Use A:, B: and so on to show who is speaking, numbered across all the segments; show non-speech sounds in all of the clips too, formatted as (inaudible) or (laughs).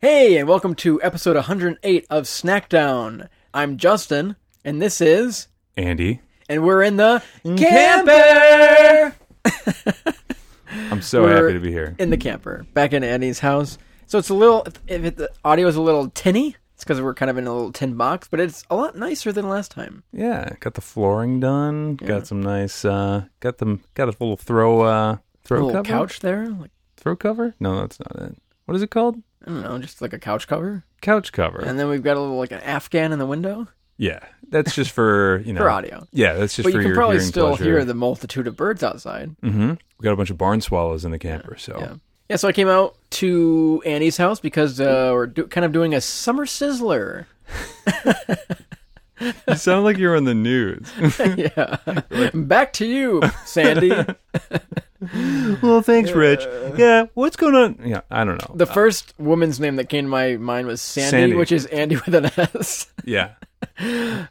A: Hey, and welcome to episode 108 of Snackdown. I'm Justin, and this is,
B: Andy,
A: and we're in the
B: Camper! I'm so
A: We're
B: happy to be here.
A: In the camper, back in Andy's house. So it's a little, if it, the audio is a little tinny, it's because we're kind of in a little tin box, but it's a lot nicer than last time.
B: Yeah, got the flooring done. Got some nice. uh Got them. Got a little throw. uh Throw
A: little
B: cover.
A: couch there, like
B: Throw cover? No, that's not it. What is it called?
A: I don't know, just like a couch cover.
B: Couch cover.
A: And then we've got a little like an Afghan in the window
B: yeah, that's just for
A: (laughs)
B: you know.
A: for audio.
B: Yeah, that's just
A: But
B: for
A: you can
B: your
A: probably
B: hearing
A: still
B: pleasure.
A: hear the multitude of birds outside.
B: hmm We got a bunch of barn swallows in the camper, so
A: Yeah. Yeah, so I came out to Annie's house because uh, we're do- kind of doing a summer
B: (laughs)
A: sizzler.
B: (laughs)
A: (laughs)
B: you sound like you're on the
A: (laughs)
B: news.
A: yeah. Back to you, Sandy.
B: well, thanks, Rich. Yeah, what's going on? Yeah, I don't know. (laughs)
A: The first woman's name that came to my mind was Sandy,
B: Sandy.
A: which is Andy with an
B: (laughs)
A: S.
B: yeah,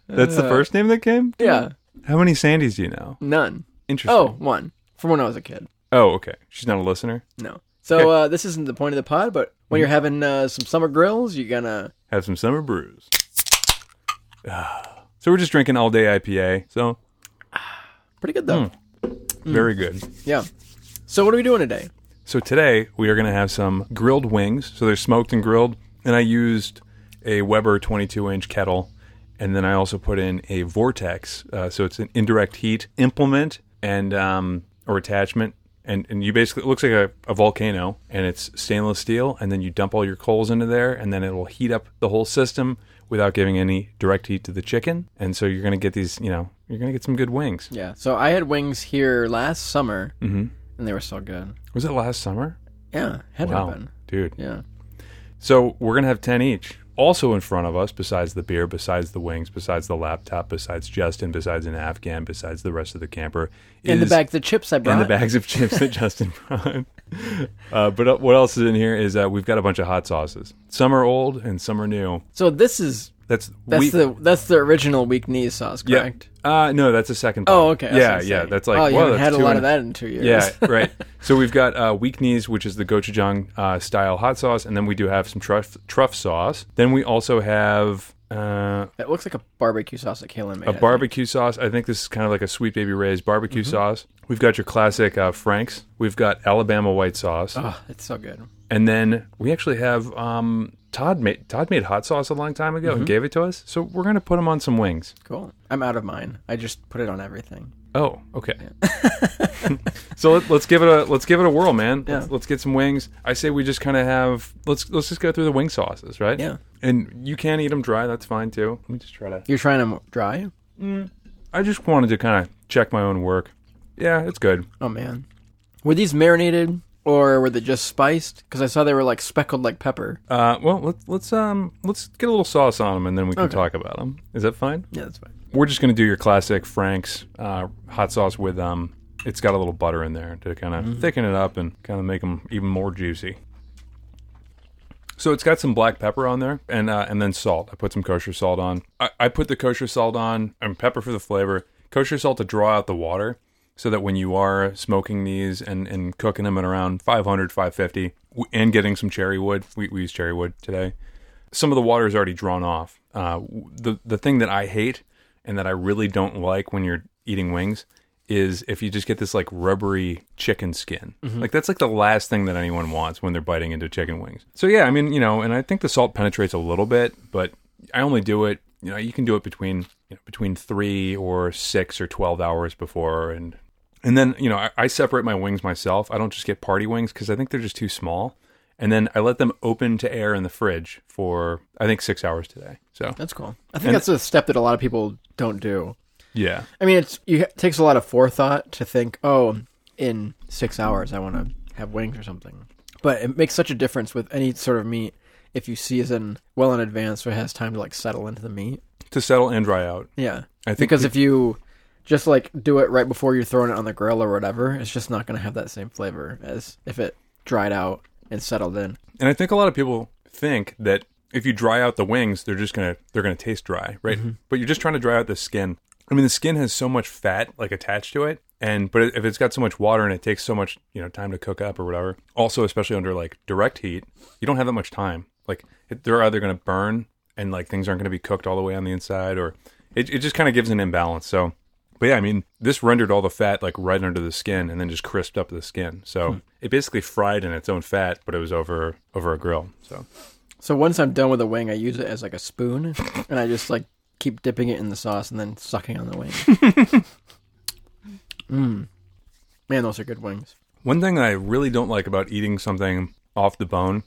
B: that's the first name that came.
A: yeah.
B: How many Sandys do you know?
A: Mm-hmm. None.
B: Interesting.
A: Oh, one. From when I was a kid.
B: Oh, okay. She's not a listener.
A: No. So uh, this isn't the point of the pod, but when you're
B: Mm-hmm.
A: having uh, some summer grills, you're gonna
B: Have some summer brews. Ah. so we're just drinking all day IPA. So
A: pretty good
B: Mm.
A: though.
B: very good.
A: Yeah. So what are we doing today?
B: So today we are going to have some grilled wings. So they're smoked and grilled. And I used a Weber 22 inch kettle. And then I also put in a Vortex. Uh, so it's an indirect heat implement and um, or attachment. And, and you basically, it looks like a, a volcano and it's stainless steel. And then you dump all your coals into there and then it will heat up the whole system without giving any direct heat to the chicken. And so you're going to get these, you know, you're going to get some good wings.
A: Yeah. So I had wings here last summer,
B: Mm-hmm.
A: and they were so good.
B: Was it last summer?
A: Yeah, had to have
B: Wow.
A: been.
B: Dude.
A: Yeah.
B: So we're gonna have ten each. Also in front of us, besides the beer, besides the wings, besides the laptop, besides Justin, besides an Afghan, besides the rest of the camper,
A: in the
B: is-
A: bag the chips I brought.
B: and the bags of chips that Justin (laughs) brought. Uh, but uh, what else is in here is uh, we've got a bunch of hot sauces. Some are old and some are new.
A: So this is
B: That's
A: that's
B: we-
A: the that's the original weak knees sauce,
B: yeah.
A: correct?
B: Uh, no, that's a second.
A: Oh,
B: part.
A: okay. I was
B: Yeah,
A: gonna
B: yeah.
A: say.
B: That's like
A: oh, you
B: whoa,
A: haven't
B: that's
A: had a
B: two
A: lot
B: and-
A: of that in two years. (laughs)
B: Yeah, right. So we've got uh, weak knees, which is the gochujang uh, style hot sauce, and then we do have some truff, truff sauce. Then we also have uh,
A: it looks like a barbecue sauce that Kaylin made. I
B: a
A: think.
B: barbecue sauce. I think this is kind of like a sweet baby Ray's barbecue sauce. We've got your classic uh, Frank's. We've got Alabama white sauce,
A: Oh, it's so good.
B: and then we actually have um, Todd made Todd made hot sauce a long time ago and gave it to us. So we're gonna put them on some wings.
A: Cool. I'm out of mine. I just put it on everything.
B: Oh, okay. (laughs) so let, let's give it a let's give it a whirl, man. Let's, let's get some wings. I say we just kind of have let's let's just go through the wing sauces, right?
A: Yeah.
B: And you can eat them dry. That's fine too. Let me just try to.
A: You're trying them dry?
B: I just wanted to kind of check my own work. Yeah, it's good.
A: Oh man. Were these marinated or were they just spiced? Because I saw they were like speckled like pepper. Oh,
B: Uh, well, let's let's um let's get a little sauce on them and then we can talk about them. Is that fine?
A: Yeah, that's fine.
B: We're just gonna do your classic Frank's uh, hot sauce with um. It's got a little butter in there to kind of thicken it up and kind of make them even more juicy. So it's got some black pepper on there, and uh, and then salt. I put some kosher salt on. I, I put the kosher salt on and pepper for the flavor. Kosher salt to draw out the water, so that when you are smoking these and, and cooking them at around 500, 550, w- and getting some cherry wood, we, we use cherry wood today. Some of the water is already drawn off. Uh, w- the the thing that I hate and that I really don't like when you're eating wings is if you just get this like rubbery chicken skin. Like that's like the last thing that anyone wants when they're biting into chicken wings. So yeah, I mean, you know, and I think the salt penetrates a little bit, but I only do it, you know, you can do it between you know, between 3 or 6 or 12 hours before and and then, you know, I, I separate my wings myself. I don't just get party wings cuz I think they're just too small. And then I let them open to air in the fridge for I think 6 hours today. So,
A: That's cool. I think that's a step that a lot of people don't do.
B: yeah.
A: I mean, it's you, it takes a lot of forethought to think, oh, in six hours I want to have wings or something. But it makes such a difference with any sort of meat if you season well in advance, so it has time to like settle into the meat.
B: To settle and dry out.
A: Yeah,
B: I think
A: because if you just like do it right before you're throwing it on the grill or whatever, it's just not going to have that same flavor as if it dried out and settled in.
B: And I think a lot of people think that if you dry out the wings, they're just gonna they're gonna taste dry, right? But you're just trying to dry out the skin. I mean, the skin has so much fat like attached to it, and but if it's got so much water and it takes so much you know time to cook up or whatever. Also, especially under like direct heat, you don't have that much time. Like it, they're either going to burn and like things aren't going to be cooked all the way on the inside, or it, it just kind of gives an imbalance. So, but yeah, I mean, this rendered all the fat like right under the skin and then just crisped up the skin. So it basically fried in its own fat, but it was over over a grill. So
A: So once I'm done with the wing, I use it as like a spoon, and I just like keep dipping it in the sauce and then sucking on the wing. Mmm. Man, those are good wings.
B: One thing I really don't like about eating something off the bone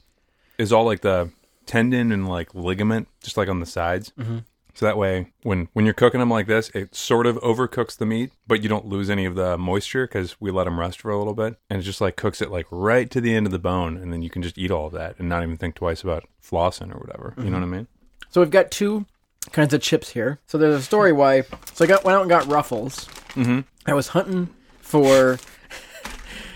B: is all like the tendon and like ligament, just like on the sides. Mm-hmm. So that way, when when you're cooking them like this, it sort of overcooks the meat, but you don't lose any of the moisture because we let them rest for a little bit, and it just like cooks it like right to the end of the bone, and then you can just eat all of that and not even think twice about flossing or whatever. You know what I mean?
A: So we've got two kinds of chips here. So there's a story why. So I got went out and got Ruffles. Mm-hmm. I was hunting for. (laughs)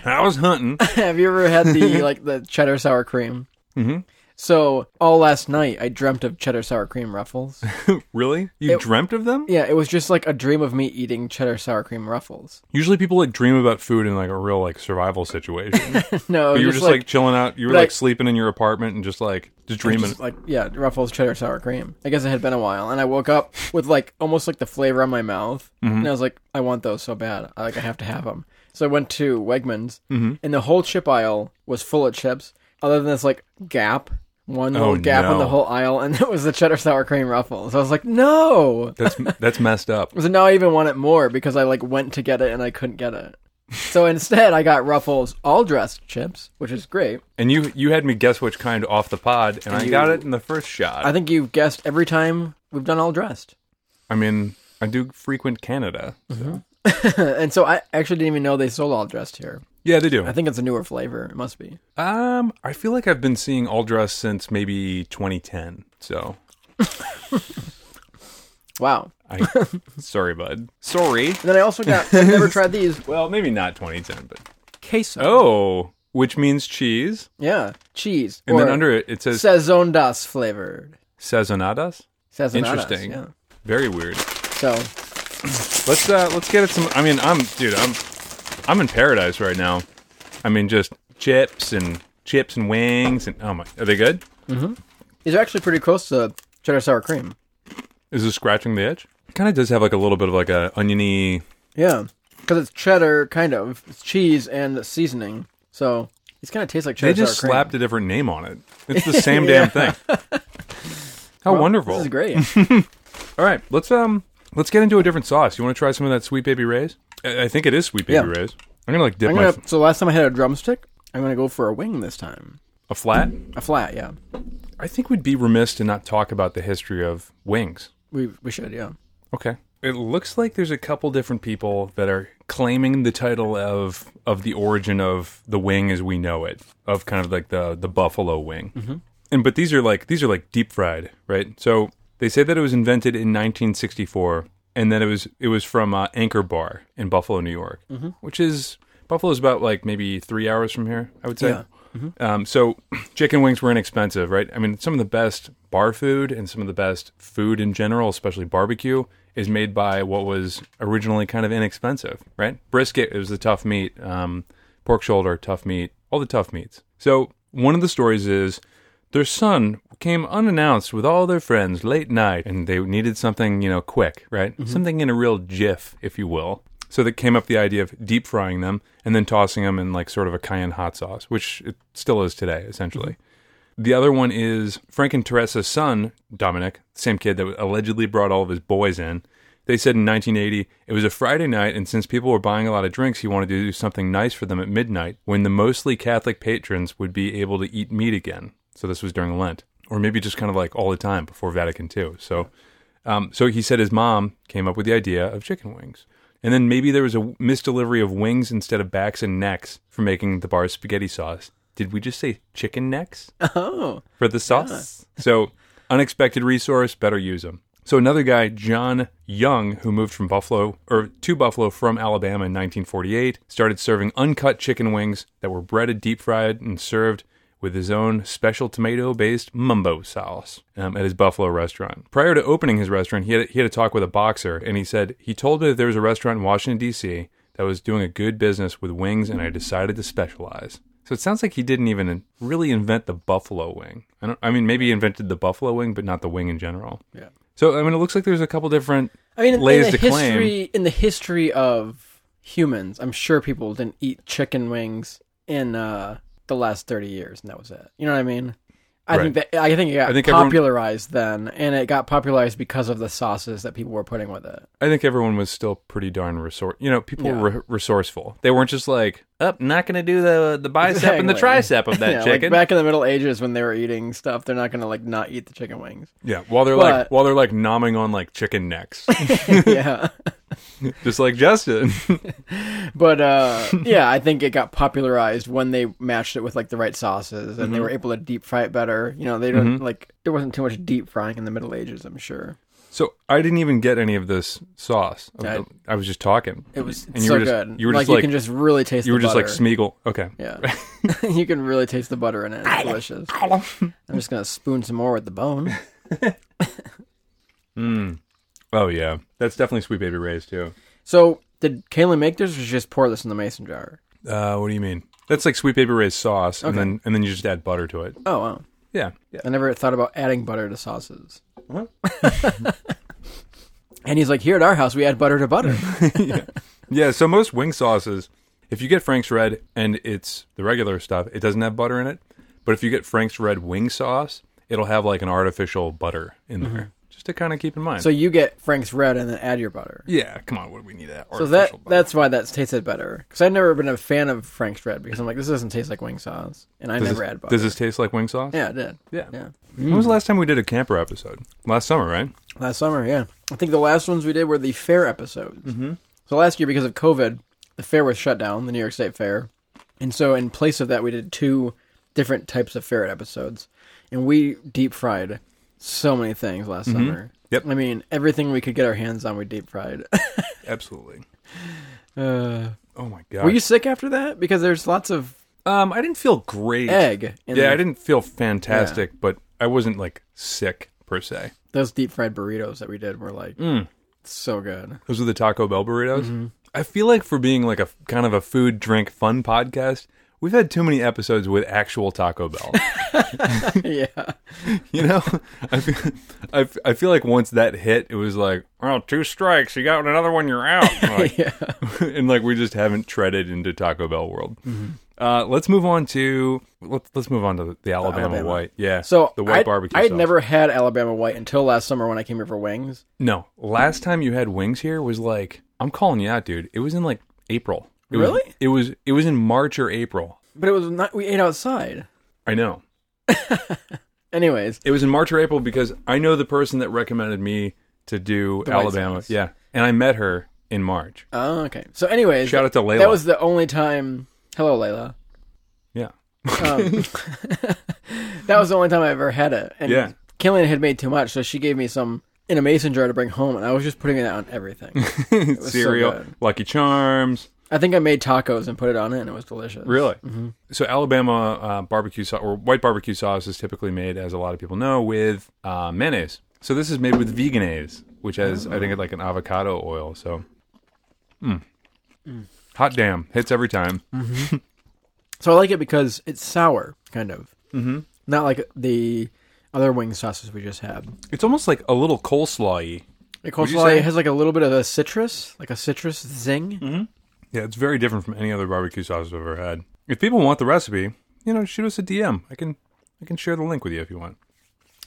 B: I was hunting.
A: have you ever
B: (laughs)
A: had the like the cheddar sour cream?
B: Mhm.
A: So all last night I dreamt of cheddar sour cream
B: (laughs)
A: Ruffles.
B: really? You dreamt of them?
A: yeah, it was just like a dream of me eating cheddar sour cream Ruffles. (laughs)
B: Usually, people like dream about food in like a real like survival
A: (laughs)
B: situation.
A: No,
B: But you were just like, chilling out. You were like
A: I-
B: sleeping in your apartment and just like just dreaming.
A: Just like yeah, Ruffles cheddar sour cream. I guess it had been a while, and I woke up with like almost like the flavor on my mouth,
B: Mm-hmm.
A: and I was like, I want those so bad. I, like I have to have them. So I went to Wegmans,
B: Mm-hmm.
A: and the whole chip aisle was full of chips, other than this like gap, one little
B: Oh,
A: gap in
B: no.
A: the whole aisle, and (laughs) it was the cheddar sour cream Ruffles. I was like, no.
B: that's that's messed up.
A: So now I even want it more because I like went to get it and I couldn't get it. So instead, I got Ruffles all dressed chips, which is great.
B: And you you had me guess which kind off the pod, and, I
A: you-
B: got it in the first shot.
A: I
B: I,
A: think you've guessed every time we've done all dressed.
B: mean, I do frequent Canada. so-
A: and so I actually didn't even know they sold all dressed here.
B: Yeah, they do.
A: I think it's a newer flavor. It must be.
B: um, I feel like I've been seeing all dress since maybe 2010. So
A: Wow. (laughs)
B: I sorry, bud. Sorry.
A: And then I also got. I've never
B: (laughs)
A: tried these
B: Well, maybe not 2010, but
A: queso.
B: oh, which means cheese,
A: Yeah, cheese.
B: and then
A: or
B: under it it says
A: saison das flavored.
B: sazonadas.
A: Sazonadas,
B: Interesting.
A: Yeah.
B: Very weird.
A: So
B: Let's uh let's get it some I mean I'm dude, I'm I'm in paradise right now. I mean just chips and chips and wings and oh my are they good?
A: these are actually pretty close to cheddar sour cream.
B: Is this scratching the edge? Kinda does have like a little bit of like a oniony
A: Yeah, because it's cheddar, kind of. It's cheese and seasoning. So it's kind of tastes like
B: they
A: cheddar
B: just
A: sour cream.
B: slapped a different name on it. It's
A: (laughs)
B: the same damn thing. How wonderful.
A: This is great.
B: All right, let's um let's get into a different sauce. You wanna try some of that sweet baby Ray's? I, I think it is sweet baby
A: Yeah.
B: Ray's. I'm gonna like dip
A: I'm
B: (laughs) my
A: gonna. So last time I had a drumstick, I'm gonna go for a wing this time.
B: a flat.
A: A flat. Yeah.
B: I think we'd be remiss to not talk about the history of wings.
A: We we should. Yeah.
B: Okay. It looks like there's a couple different people that are claiming the title of of the origin of the wing as we know it, of kind of like the the buffalo wing. Mm-hmm. And but these are like these are like deep fried, right? So they say that it was invented in 1964, and that it was it was from uh, Anchor Bar in Buffalo, New York, mm-hmm. which is Buffalo's about like maybe three hours from here, I would say.
A: Yeah.
B: Um, so (clears throat) chicken wings were inexpensive, right? I mean, some of the best bar food and some of the best food in general, especially barbecue, is made by what was originally kind of inexpensive, right? Brisket it was the tough meat, um, pork shoulder, tough meat, all the tough meats. So one of the stories is their son came unannounced with all their friends late night, and they needed something, you know, quick, right? Something in a real jiff, if you will. So they came up with the idea of deep frying them and then tossing them in like sort of a cayenne hot sauce, which it still is today, essentially. The other one is Frank and Teresa's son, Dominic, same kid that allegedly brought all of his boys in. They said in 1980 it was a Friday night, and since people were buying a lot of drinks, he wanted to do something nice for them at midnight when the mostly Catholic patrons would be able to eat meat again. So this was during Lent, or maybe just kind of like all the time before Vatican II. So um, so he said his mom came up with the idea of chicken wings. And then maybe there was a misdelivery of wings instead of backs and necks for making the bar spaghetti sauce. Did we just say chicken necks
A: Oh.
B: for the sauce? So, unexpected resource, better use them. So, another guy, John Young, who moved from Buffalo or to Buffalo from Alabama in 1948, started serving uncut chicken wings that were breaded, deep fried, and served with his own special tomato based mumbo sauce um, at his Buffalo restaurant. Prior to opening his restaurant, he had, he had a talk with a boxer and he said he told her that there was a restaurant in Washington, D.C. that was doing a good business with wings and I decided to specialize. So it sounds like he didn't even really invent the buffalo wing. I, don't, I mean, maybe he invented the buffalo wing, but not the wing in general.
A: Yeah.
B: So I mean, it looks like there's a couple different.
A: I mean, in, in
B: Layers
A: the
B: to claim.
A: history in the history of humans, I'm sure people didn't eat chicken wings in uh, the last 30 years, and that was it. You know what I mean? I think that, I think it got
B: I think everyone-
A: popularized then, and it got popularized because of the sauces that people were putting with it.
B: I think everyone was still pretty darn resource. You know, people
A: Yeah.
B: were re- resourceful. They weren't just like, "Up, not going to do the the bicep and the
A: Exactly.
B: tricep of that
A: (laughs) Yeah, like,
B: chicken."
A: back in the Middle Ages, when they were eating stuff, they're not going to like not eat the chicken wings. (laughs)
B: yeah, while they're like
A: But-
B: while they're like nomming on like chicken
A: (laughs)
B: necks,
A: yeah,
B: just like Justin. (laughs)
A: but uh, yeah, I think it got popularized when they matched it with like the right sauces, and they
B: Mm-hmm.
A: were able to deep fry it better. You know, they don't like there wasn't too much deep frying in the Middle Ages. I'm sure
B: so I didn't even get any of this sauce. I,
A: I-
B: I was just talking.
A: it was
B: And you
A: so
B: were just-
A: good.
B: you were
A: like,
B: just
A: you
B: like-
A: can just really taste.
B: You
A: the
B: were just like
A: butter.
B: Smeagol. Okay.
A: Yeah.
B: (laughs)
A: (laughs) you can really taste the butter in it. It's delicious. I'm just gonna spoon some more with the bone.
B: Oh yeah, that's definitely Sweet Baby Ray's too.
A: So did Kaylin make this or did she just pour this in the mason jar?
B: Uh, what do you mean? That's like Sweet Baby Ray's sauce, and then and then you just add butter to it.
A: Oh wow.
B: Yeah, yeah.
A: I never thought about adding butter to sauces. (laughs) and he's like, here at our house we add butter
B: (laughs)
A: to butter.
B: Yeah, so most wing sauces, if you get Frank's Red and it's the regular stuff, it doesn't have butter in it. But if you get Frank's Red wing sauce, it'll have like an artificial butter in there, just to kind of keep in mind.
A: so you get Frank's red and then add your butter.
B: yeah, come on, what do we need that?
A: So
B: Artificial
A: that
B: butter?
A: that's why that's tasted better. Because I've never been a fan of Frank's red because I'm like, this doesn't taste like wing sauce, and I
B: does
A: never
B: this,
A: add butter.
B: does this taste like wing sauce?
A: yeah, it did.
B: Yeah.
A: Yeah.
B: When was the last time we did a camper episode? Last summer, right?
A: Last summer, yeah. I think the last ones we did were the fair episodes. Mm-hmm. So last year, because of COVID, the fair was shut down, the New York State Fair. And so in place of that, we did two different types of ferret episodes. And we deep fried so many things last summer.
B: Mm-hmm. Yep.
A: I mean, everything we could get our hands on, we deep fried. (laughs)
B: Absolutely.
A: uh,
B: Oh my god.
A: were you sick after that? Because there's lots of
B: um, I didn't feel great.
A: egg in
B: Yeah,
A: the-
B: I didn't feel fantastic, but I wasn't like sick per se.
A: those deep fried burritos that we did were like
B: Mm.
A: so
B: (laughs)
A: good.
B: Those are the Taco Bell burritos.
A: Mm-hmm.
B: I feel like for being like a kind of a food, drink, fun podcast, we've had too many episodes with actual Taco
A: (laughs)
B: Bell.
A: yeah.
B: you know, I feel, I, f- I feel like once that hit, it was like, oh, two strikes, you got another one, you're
A: (laughs)
B: out. Like,
A: Yeah.
B: (laughs) and like we just haven't treaded into Taco Bell world.
A: Mm-hmm.
B: Uh, let's move on to let's let's move on to the, the Alabama,
A: Alabama.
B: white. Yeah,
A: So
B: the white
A: I,
B: barbecue.
A: I had
B: sauce.
A: never had Alabama white until last summer when I came here for wings.
B: No, last time you had wings here was like I'm calling you out, dude. It was in like April. It Was,
A: Really?
B: it was it was in March or April.
A: But it was not. We ate outside.
B: I know.
A: Anyways,
B: It was in March or April because I know the person that recommended me to do
A: White
B: Alabama.
A: Sox.
B: Yeah, and I met her in March.
A: oh, okay. So, anyways,
B: Shout out to Layla.
A: that was the only time. Hello, Layla.
B: yeah. (laughs)
A: Um, (laughs) that was the only time I ever had it. And
B: Yeah.
A: Killian had made too much, so she gave me some in a mason jar to bring home, and I was just putting it on
B: (laughs)
A: everything. so
B: Cereal,
A: good.
B: Lucky Charms.
A: I think I made tacos and put it on it, and it was delicious.
B: Really? Mm-hmm. So Alabama uh, barbecue sauce or white barbecue sauce is typically made, as a lot of people know, with uh, mayonnaise. So this is made with veganase, which has I think it's like an avocado oil. So, mm. hot damn, hits every time.
A: So I like it because it's sour, kind of. Mm-hmm. Not like the other wing sauces we just had.
B: It's almost like a little coleslaw-y.
A: It
B: you say? Mm-hmm.
A: has like a little bit of a citrus, like a citrus zing.
B: Yeah, it's very different from any other barbecue sauce I've ever had. If people want the recipe, you know, shoot us a DM. I can I can share the link with you if you want.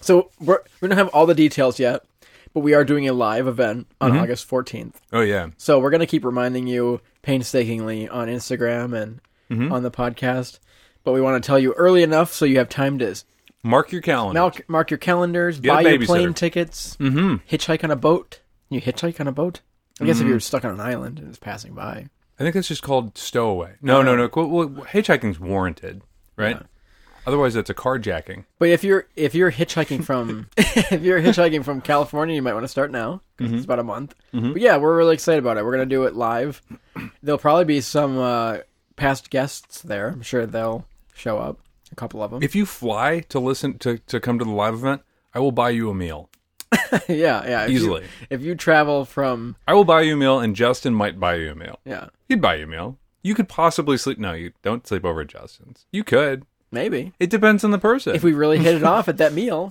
A: So we're, we don't have all the details yet, but we are doing a live event on
B: Mm-hmm.
A: August 14th.
B: Oh yeah,
A: So we're going to keep reminding you painstakingly on Instagram and
B: Mm-hmm.
A: on the podcast, but we want to tell you early enough so you have time to s-
B: mark your calendar.
A: mark, mark your calendars,
B: a
A: buy your
B: babysitter.
A: plane tickets, mm-hmm. hitchhike on a boat. You hitchhike on a boat? I
B: Mm-hmm.
A: guess if you're stuck on an island and it's passing by.
B: I think that's just called stowaway. No, no,
A: Oh.
B: no. Well, well, hitchhiking's warranted, right? Otherwise, that's a carjacking.
A: But if you're if you're
B: (laughs)
A: hitchhiking from (laughs) if you're hitchhiking from California, you might want to start now 'cause
B: Mm-hmm.
A: it's about a month. But yeah, we're really excited about it. We're gonna do it live. There'll probably be some uh, past guests there. I'm sure they'll show up. A couple of them.
B: If you fly to listen to to come to the live event, I will buy you a meal.
A: (laughs) yeah, yeah. If you-
B: Easily.
A: if you travel from
B: I will buy you a meal, and Justin might buy you a meal.
A: yeah,
B: He'd buy you a meal. You could possibly sleep. No, you don't sleep over at Justin's. You could.
A: Maybe.
B: It depends on the person.
A: If we really hit it off at
B: (laughs)
A: that meal.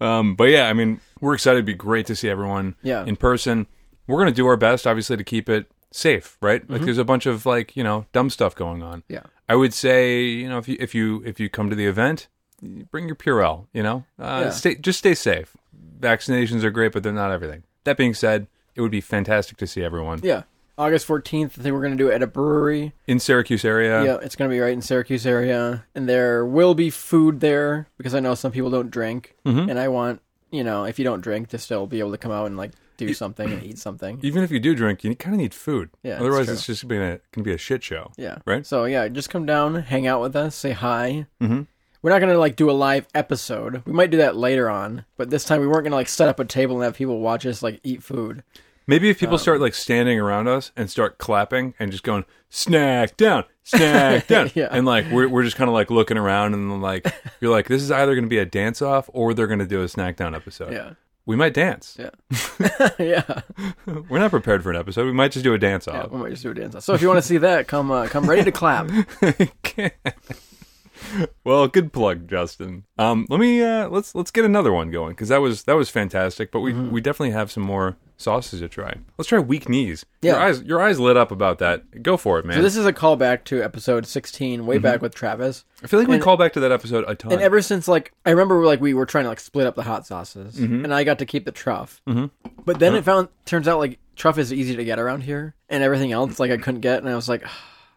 B: um, but yeah, I mean, we're excited. It'd be great to see everyone
A: Yeah.
B: in person. We're going to do our best, obviously, to keep it safe, right?
A: Mm-hmm.
B: Like, there's a bunch of like you know dumb stuff going on.
A: Yeah.
B: I would say, you know, if you if you if you come to the event, bring your Purell. You know, uh,
A: Yeah.
B: stay just stay safe. Vaccinations are great, but they're not everything. That being said, it would be fantastic to see everyone
A: Yeah. August 14th, I think we're going to do it at a brewery.
B: in Syracuse area.
A: yeah, it's going to be right in Syracuse area. And there will be food there because I know some people don't drink. And I want, you know, if you don't drink to still be able to come out and like do something and eat something.
B: Even if you do drink, you kind of need food.
A: Yeah, that's
B: Otherwise,
A: true.
B: it's just gonna gonna be a shit show.
A: Yeah.
B: Right.
A: So yeah, just come down, hang out with us, say hi.
B: Mhm.
A: We're not gonna like do a live episode. We might do that later on, but this time we weren't gonna like set up a table and have people watch us like eat food.
B: Maybe if
A: Um,
B: people start like standing around us and start clapping and just going snack down,
A: (laughs)
B: snack down,
A: Yeah.
B: and like we're we're just kind of like looking around and like you're like this is either going to be a dance off or they're going to do a snack down episode.
A: Yeah. (laughs)
B: We might dance.
A: Yeah. yeah.
B: We're not prepared for an episode. We might just do a dance
A: yeah.
B: off.
A: We might just do a dance. So if you want to see that, come uh, come ready to clap.
B: (laughs) well, good plug, Justin. Um, let me uh, let's let's get another one going because that was that was fantastic. But
A: Mm-hmm.
B: we we definitely have some more sauces to try. Let's try weak knees. Your
A: Yeah.
B: eyes your eyes lit up about that. Go for it, man.
A: So this is a callback to episode 16, way
B: Mhm.
A: back with Travis.
B: I feel like we call back to that episode a ton.
A: And ever since, like, I remember, like, we were trying to like split up the hot sauces,
B: Mm-hmm.
A: and I got to keep the truff. Mm-hmm. But then it found turns out like truff is easy to get around here, and everything else like I couldn't get, and I was like,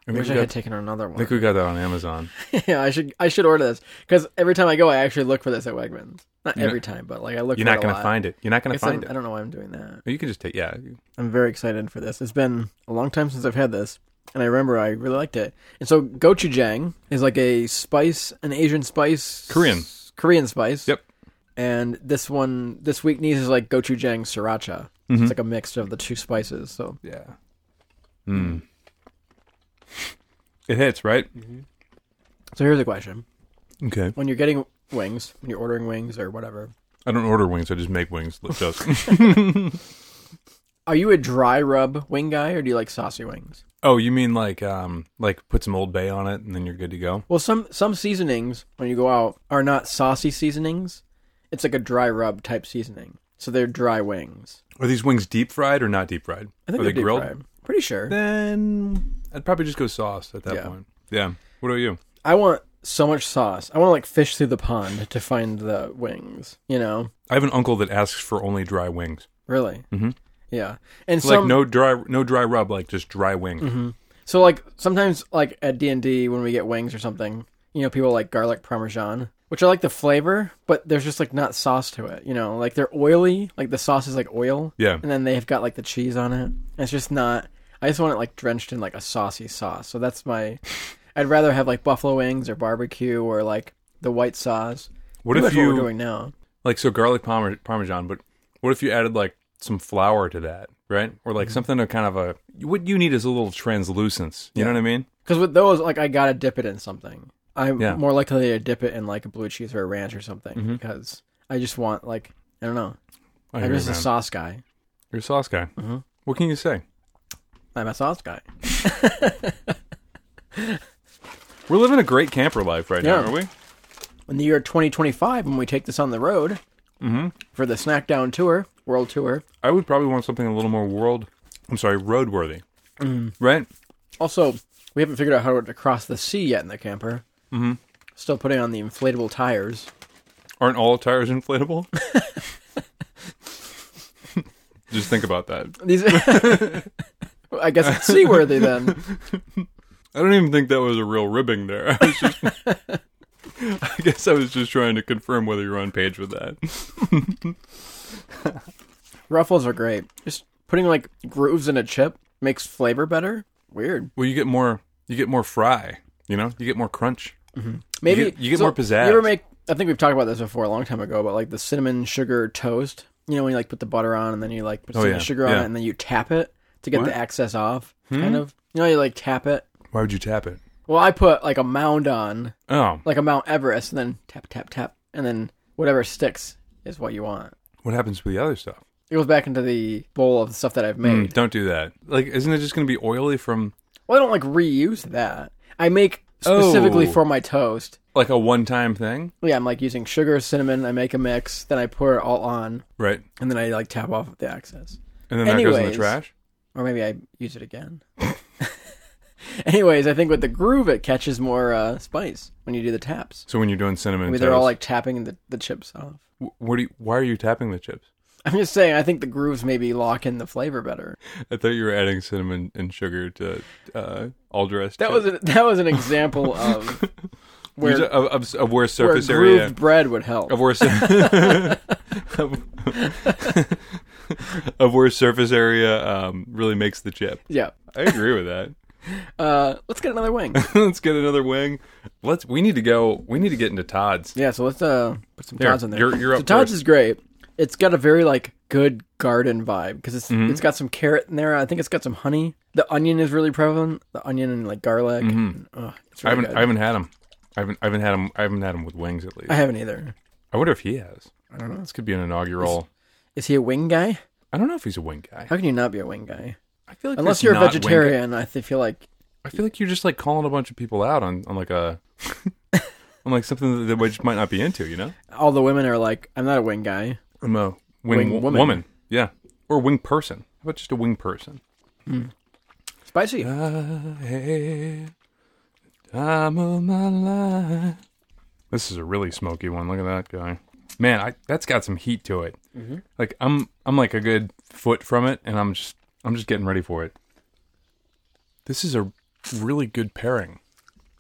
A: I wish
B: we
A: I
B: got-
A: had taken another
B: I
A: one.
B: think we got that on Amazon.
A: (laughs) yeah, I should I should order this because every time I go, I actually look for this at Wegmans. Not every time, but like I look.
B: You're
A: for
B: not
A: it a
B: gonna
A: lot.
B: find it. You're not gonna
A: I, guess I'm-
B: find
A: I
B: it.
A: don't know why I'm doing that.
B: You can just take yeah.
A: I'm very excited for this. It's been a long time since I've had this, and I remember I really liked it. And so gochujang is like a spice, an Asian spice,
B: Korean.
A: Korean spice.
B: Yep.
A: And this one, this week needs is like gochujang sriracha.
B: Mm-hmm.
A: It's like a mix of the two spices. So
B: Yeah. Hmm. It hits right.
A: so here's a question:
B: Okay.
A: When you're getting wings, when you're ordering wings or whatever,
B: I don't order wings. I just make wings. Just.
A: are you a dry rub wing guy or do you like saucy wings?
B: Oh, you mean like um like put some old bay on it and then you're good to go?
A: Well, some some seasonings when you go out are not saucy seasonings. It's like a dry rub type seasoning. So they're dry wings.
B: Are these wings deep fried or not deep fried?
A: I think
B: Are
A: they're deep fried. Pretty sure.
B: Then I'd probably just go sauce at that
A: Yeah.
B: point. Yeah. What about you?
A: I want so much sauce. I want to like fish through the pond to find the wings. You know,
B: I have an uncle that asks for only dry wings.
A: really. Mm-hmm. Yeah, and
B: Like
A: some Mm-hmm.
B: no dry no dry rub, like just dry wing.
A: so like sometimes like at D and D when we get wings or something, you know, people like garlic parmesan, which I like the flavor, but there's just like not sauce to it. You know, like they're oily, like the sauce is like oil.
B: Yeah.
A: and then they've got like the cheese on it. And it's just not. I just want it like drenched in like a saucy sauce. So
B: (laughs)
A: that's my. I'd rather have like buffalo wings or barbecue or like the white sauce.
B: What
A: Pretty
B: if
A: much what
B: you
A: we're doing now?
B: like so garlic parme- parmesan, but what if you added like some flour to that, right? Or
A: Mm-hmm.
B: like something to kind of a what you need is a little translucence. You know what I mean?
A: Because with those, like I gotta dip it in something. I'm
B: Yeah. Mm-hmm.
A: more likely to dip it in like a blue cheese or a ranch or something because I just want like I don't know.
B: I
A: I'm
B: hear you,
A: just a
B: man.
A: sauce guy.
B: You're a sauce guy.
A: Mm-hmm.
B: What can you say?
A: I'm a sauce guy.
B: We're living a great camper life right now,
A: Yeah.
B: are we?
A: In the year 2025, when we take this on the road
B: Mm-hmm.
A: for the Snackdown tour, world tour.
B: I would probably want something a little more world. I'm sorry, roadworthy.
A: Mm.
B: Right?
A: Also, we haven't figured out how to cross the sea yet in the camper. Mm-hmm. Still putting on the inflatable tires.
B: Aren't all tires
A: (laughs)
B: inflatable? Just think about that.
A: These, (laughs) I guess it's
B: (laughs)
A: seaworthy then.
B: I don't even think that was a real ribbing there. I, was just, (laughs) I guess I was just trying to confirm whether you're on page with that.
A: Ruffles are great. Just putting like grooves in a chip makes flavor better. Weird.
B: Well, you get more, you get more fry. You know, you get more crunch.
A: Maybe
B: get- you get more pizzazz.
A: You ever make? I think we've talked about this before a long time ago, but like the cinnamon sugar toast. You know when you like put the butter on and then you like put cinnamon
B: Oh, yeah.
A: sugar on
B: Yeah.
A: it and then you tap it to get
B: What? Hmm?
A: the excess off. Kind of. You know you like tap it.
B: Why would you tap it?
A: Well, I put like a mound on,
B: Oh,
A: like a Mount Everest, and then tap tap tap, and then whatever sticks is what you want.
B: what happens with the other stuff?
A: It goes back into the bowl of the stuff that I've made.
B: Mm, don't do that. Like, isn't it just going to be oily from
A: Well, I don't like reuse that. I make specifically
B: Oh.
A: for my toast.
B: like a one-time thing,
A: Yeah, I'm like using sugar, cinnamon. I make a mix, then I pour it all on,
B: right?
A: and then I like tap off the excess,
B: And then that goes in the
A: Anyways.
B: trash.
A: or maybe I use it again. (laughs) Anyways, I think with the groove, it catches more uh, spice when you do the taps.
B: So when you're doing cinnamon,
A: I mean,
B: toast,
A: they're all like tapping the, the chips off.
B: wh- what do you, why are you tapping the chips?
A: I'm just saying, I think the grooves maybe lock in the flavor better.
B: I thought you were adding cinnamon and sugar to uh, all dressed.
A: That was a, that was an (laughs)
B: (laughs)
A: example of where,
B: of, of, of where
A: where
B: surface
A: grooved
B: area
A: bread would help.
B: of where sur- (laughs) of, of where surface area um, really makes the chip.
A: Yeah.
B: I agree with that. (laughs)
A: Uh, let's get another wing.
B: Let's get another wing. Let's. We need to go. We need to get into Todd's.
A: Yeah, so let's uh put some
B: Here,
A: Todd's in there.
B: you're- you're
A: so
B: up
A: Todd's
B: first.
A: is great. It's got a very like good garden vibe because it's
B: Mm-hmm.
A: it's got some carrot in there. I think it's got some honey. The onion is really prevalent. The onion and like garlic. And, ugh, it's
B: Mm-hmm. I
A: really
B: haven't.
A: good.
B: I haven't had them. I haven't. I haven't had them. I haven't had 'em with wings at least.
A: I haven't either.
B: I wonder if he has.
A: I don't know.
B: This could be an inaugural.
A: Is he a wing guy?
B: I don't know if he's a wing guy.
A: How can you not be a wing guy?
B: I feel like
A: Unless
B: there's
A: you're a
B: not wing guy-
A: vegetarian, I th- feel like
B: I feel like you're just like calling a bunch of people out on, on like a (laughs) on like something that they just might not be into, you know?
A: all the women are like, I'm not a wing guy.
B: I'm a wing,
A: Wing
B: wo-
A: woman.
B: woman. Yeah. Or wing person. How about just a wing person?
A: Spicy.
B: I had the time of my life. This is a really smoky one. Look at that guy. Man, I, that's got some heat to it. Like I'm I'm like a good foot from it and I'm just I'm just getting ready for it. This is a really good pairing.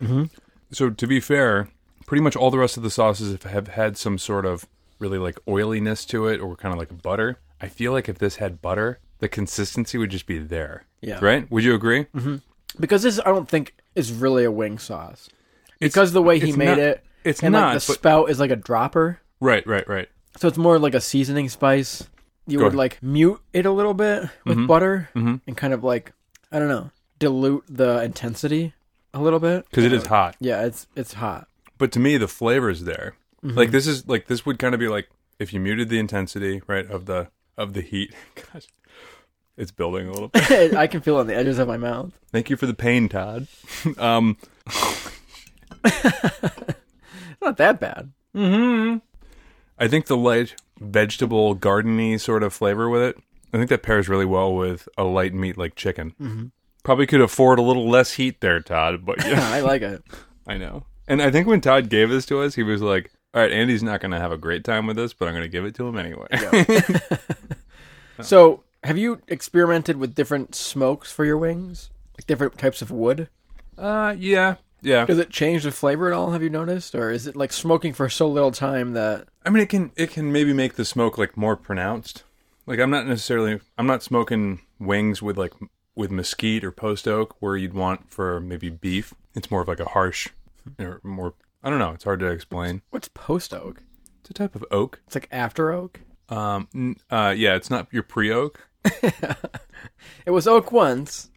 B: Mm-hmm. So to be fair, pretty much all the rest of the sauces have- have had some sort of really like oiliness to it or kind of like butter. I feel like if this had butter, the consistency would just be there.
A: Yeah.
B: Right? Would you agree?
A: Because this, I don't think, is really a wing sauce. Because the way he
B: it's
A: made
B: not-
A: it,
B: it's
A: and
B: not,
A: like the
B: but-
A: spout is like a dropper.
B: Right, right, right.
A: So it's more like a seasoning spice. You
B: Go
A: would
B: ahead.
A: like mute it a little bit with butter and kind of like I don't know, dilute the intensity a little bit.
B: Because it is hot.
A: Yeah, it's it's hot. (laughs)
B: But to me, the flavor is there.
A: Mm-hmm.
B: Like this is like this would kind of be like if you muted the intensity, right, of the of the heat. (laughs) Gosh, it's building a little.
A: (laughs)
B: bit.
A: I can feel it on the edges of my mouth.
B: Thank you for the pain, Todd. um,
A: It's not that bad.
B: I think the light vegetable gardeny sort of flavor with it. I think that pairs really well with a light meat like chicken.
A: Mm-hmm.
B: Probably could afford a little less heat there, Todd. But
A: (laughs)
B: yeah,
A: I like it.
B: I know. And I think when Todd gave this to us, he was like, "All right, Andy's not going to have a great time with this, but I'm going to give it to him anyway."
A: (laughs) So, have you experimented with different smokes for your wings? Like different types of wood?
B: uh, yeah, yeah.
A: Does it change the flavor at all? Have you noticed, or is it like smoking for so little time that
B: I mean, it can it can maybe make the smoke like more pronounced. Like I'm not necessarily I'm not smoking wings with like m- with mesquite or post oak where you'd want for maybe beef. It's more of like a harsh or more I don't know. It's hard to explain.
A: what's post oak?
B: It's a type of oak.
A: It's like after oak.
B: Um, n- uh, yeah, it's not your pre oak,
A: It was oak once,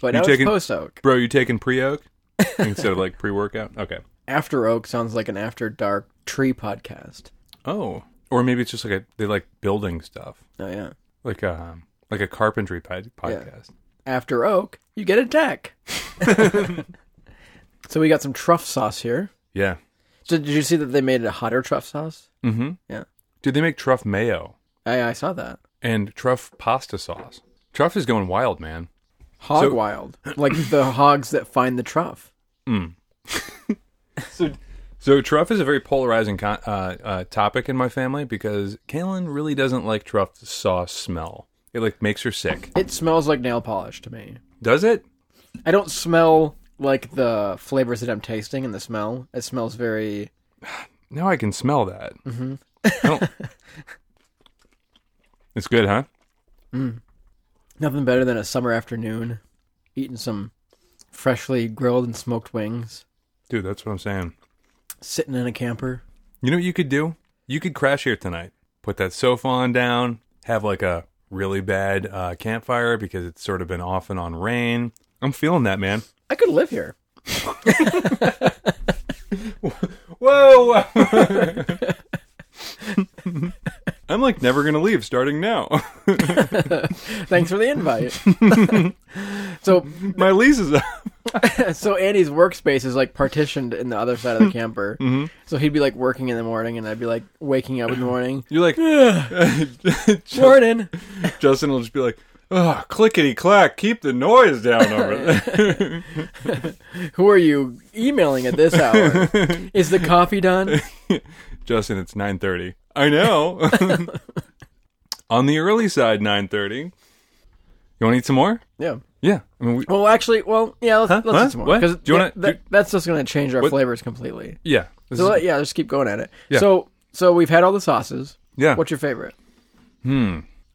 A: but now it's
B: taking-
A: post oak.
B: bro. You taking pre oak (laughs) instead of like pre workout? Okay.
A: After Oak sounds like an after dark tree podcast.
B: Oh, or maybe it's just like a, they like building stuff,
A: Oh yeah.
B: like um like a carpentry pod- podcast.
A: After Oak, you get a deck. (laughs) so we got some truff sauce here.
B: Yeah.
A: So did you see that they made a hotter truff sauce?
B: Mm-hmm.
A: Yeah.
B: Dude, they make truff mayo.
A: I, I saw that.
B: and truff pasta sauce. Truff is going wild, man.
A: Hog
B: So-
A: wild. Like the hogs that find the truff.
B: So truff is a very polarizing con- uh, uh, topic in my family because Kaylin really doesn't like truff sauce smell. It like makes her sick.
A: It smells like nail polish to me.
B: Does it?
A: I don't smell like the flavors that I'm tasting and the smell. It smells very
B: Now I can smell that. Mm-hmm. (laughs) it's good, huh?
A: nothing better than a summer afternoon eating some freshly grilled and smoked wings,
B: Dude, that's what I'm saying.
A: sitting in a camper.
B: You know what you could do? You could crash here tonight. Put that sofa on down. Have like a really bad uh, campfire because it's sort of been off and on rain. I'm feeling that, man.
A: I could live here. (laughs)
B: Whoa! I'm like never gonna leave starting now. (laughs)
A: Thanks for the invite. so,
B: My lease is up.
A: so Andy's workspace is like partitioned in the other side of the
B: (laughs)
A: camper.
B: Mm-hmm.
A: So he'd be like working in the morning, and I'd be like waking up in the morning.
B: (clears throat) You're (laughs) like Just-
A: Jordan,
B: Justin will just be like, oh, clickety clack, keep the noise down
A: (laughs)
B: over there. (laughs)
A: who are you emailing at this
B: (laughs)
A: hour? Is the coffee done?
B: Justin, it's nine thirty. I know. (laughs) On the early side, nine thirty. You want to eat some more?
A: Yeah.
B: Yeah. I mean, we,
A: Well, actually, well, yeah. Let's,
B: Huh?
A: let's
B: Huh?
A: do some more
B: What?
A: because
B: Do you wanna- do-
A: that's just going to change our
B: What?
A: flavors completely.
B: yeah. This
A: So
B: is-
A: let- yeah, just keep going at it.
B: Yeah.
A: So so we've had all the sauces.
B: yeah.
A: What's your favorite?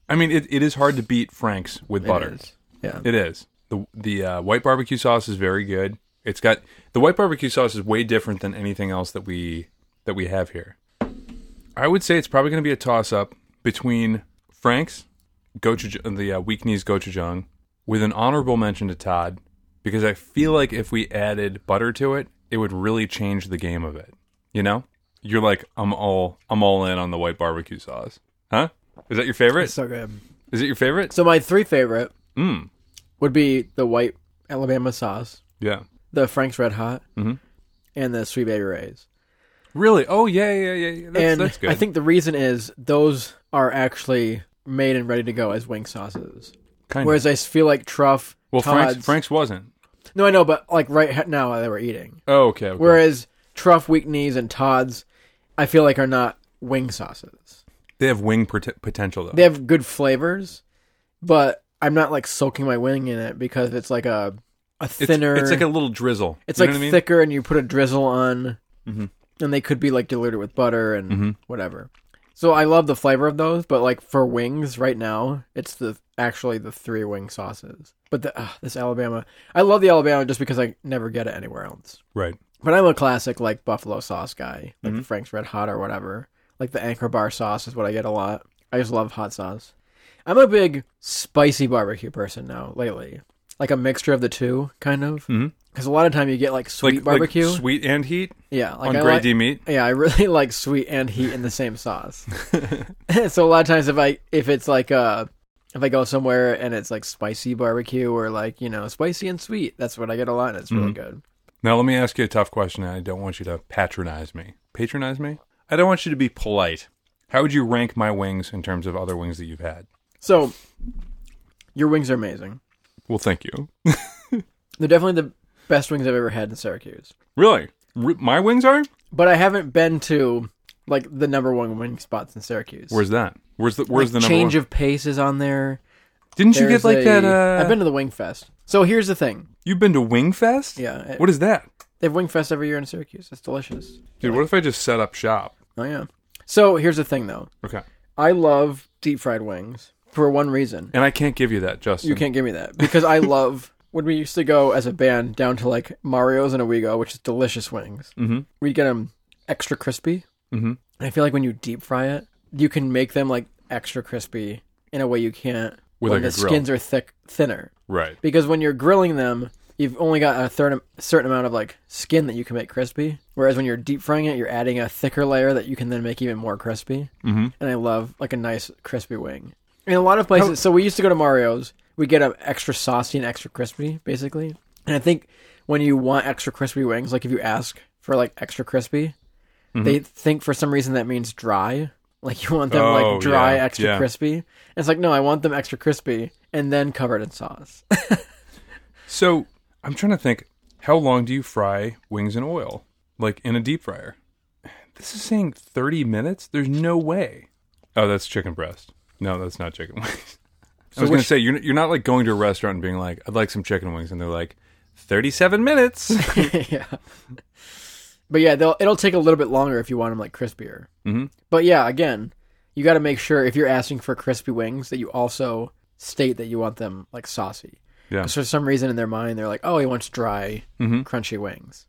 B: I mean, it, it is hard to beat Frank's with butter.
A: It is. Yeah.
B: It is. The the uh, white barbecue sauce is very good. It's got the white barbecue sauce is way different than anything else that we that we have here. I would say it's probably going to be a toss up between Frank's gochujang, the uh, weak knees gochujang, with an honorable mention to Todd, because I feel like if we added butter to it, it would really change the game of it. You know, you're like I'm all I'm all in on the white barbecue sauce, huh? Is that your favorite?
A: so good.
B: Is it your favorite?
A: So my three favorite
B: Mm.
A: would be the white Alabama sauce,
B: Yeah.
A: the Frank's Red Hot,
B: Mm-hmm.
A: and the Sweet Baby Ray's.
B: Really? Oh yeah, yeah, yeah. yeah. That's,
A: and
B: that's good.
A: I think the reason is those are actually made and ready to go as wing sauces.
B: Kind
A: Whereas I feel like Truff,
B: well, Frank's,
A: Todd's-
B: Frank's wasn't.
A: No, I know, but like right he- now they were eating.
B: Oh, okay. okay.
A: Whereas Truff, Weak Knees, and Todd's, I feel like are not wing sauces.
B: they have wing pot- potential though.
A: They have good flavors, but I'm not like soaking my wing in it because it's like a a
B: it's,
A: thinner.
B: It's like a little drizzle.
A: it's
B: you
A: like
B: know what I mean?
A: thicker and you put a drizzle on
B: Mhm.
A: and they could be like diluted with butter and
B: Mhm.
A: whatever so i love the flavor of those but like for wings right now it's the actually the three wing sauces but the, ugh, this alabama i love the alabama just because i never get it anywhere else
B: Right.
A: but i'm a classic like buffalo sauce guy like
B: Mm-hmm.
A: the frank's red hot or whatever like the anchor bar sauce is what i get a lot i just love hot sauce i'm a big spicy barbecue person now lately like a mixture of the two kind of
B: Mhm.
A: because a lot of time you get like sweet
B: like
A: barbecue.
B: like sweet and heat
A: yeah, like
B: on
A: I
B: Grey
A: like-
B: D meat.
A: Yeah, I really (laughs) like sweet and heat in the
B: (laughs)
A: same sauce. (laughs) so a lot of times, if I if it's like uh if I go somewhere and it's like spicy barbecue or like you know spicy and sweet, that's what I get a lot. and It's really
B: Mm-hmm.
A: good.
B: Now let me ask you a tough question. and I don't want you to patronize me. Patronize me? I don't want you to be polite. How would you rank my wings in terms of other wings that you've had?
A: So your wings are amazing.
B: Well, thank you.
A: They're definitely the best wings I've ever had in Syracuse.
B: Really? R- my wings are?
A: But I haven't been to like the number one wing spots in Syracuse.
B: Where's that? Where's the Where's the number
A: change
B: one?
A: of pace is on there.
B: Didn't you get
A: There's
B: like
A: a-
B: that? Uh,
A: I've been to the Wing Fest. So here's the thing.
B: You've been to Wing Fest?
A: Yeah, it-
B: What is that?
A: They have Wing Fest every year in Syracuse. It's delicious.
B: Dude, what if I just set up shop?
A: Oh yeah. So here's the thing though.
B: Okay.
A: I love deep fried wings for one reason.
B: And I can't give you that, Justin.
A: You can't give me that because I love when we used to go as a band down to like Mario's and Owego, which is delicious wings. Mm-hmm. We get them extra crispy.
B: Mhm.
A: And I feel like when you deep fry it, you can make them like extra crispy in a way you can't
B: With,
A: when
B: like,
A: the
B: a grill.
A: skins are thick thinner.
B: Right.
A: because when you're grilling them, you've only got a third, certain amount of like skin that you can make crispy. Whereas when you're deep frying it, you're adding a thicker layer that you can then make even more crispy. Mm-hmm. And I love like a nice crispy wing. In a lot
B: Oh.
A: of places, so we used to go to Mario's. We get them extra saucy and extra crispy, basically. And I think when you want extra crispy wings, like if you ask for like extra crispy,
B: Mm-hmm.
A: they think for some reason that means dry. Like you want them
B: Oh,
A: like dry,
B: yeah,
A: extra
B: yeah.
A: crispy. And it's like no, I want them extra crispy and then covered in sauce.
B: So I'm trying to think how long do you fry wings in oil? Like in a deep fryer? This is saying 30 minutes? There's no way. Oh, that's chicken breast. No, that's not chicken (laughs) wings. I was going to
A: which-
B: say, you're, you're not like going to a restaurant and being like, I'd like some chicken wings. And they're like, 37 minutes. (laughs)
A: (laughs) yeah. But yeah, they'll it'll take a little bit longer if you want them like crispier.
B: Mhm.
A: But yeah, again, you got to make sure if you're asking for crispy wings that you also state that you want them like saucy.
B: Yeah.
A: 'Cause for some reason in their mind they're like, oh, he wants dry,
B: Mhm.
A: crunchy wings.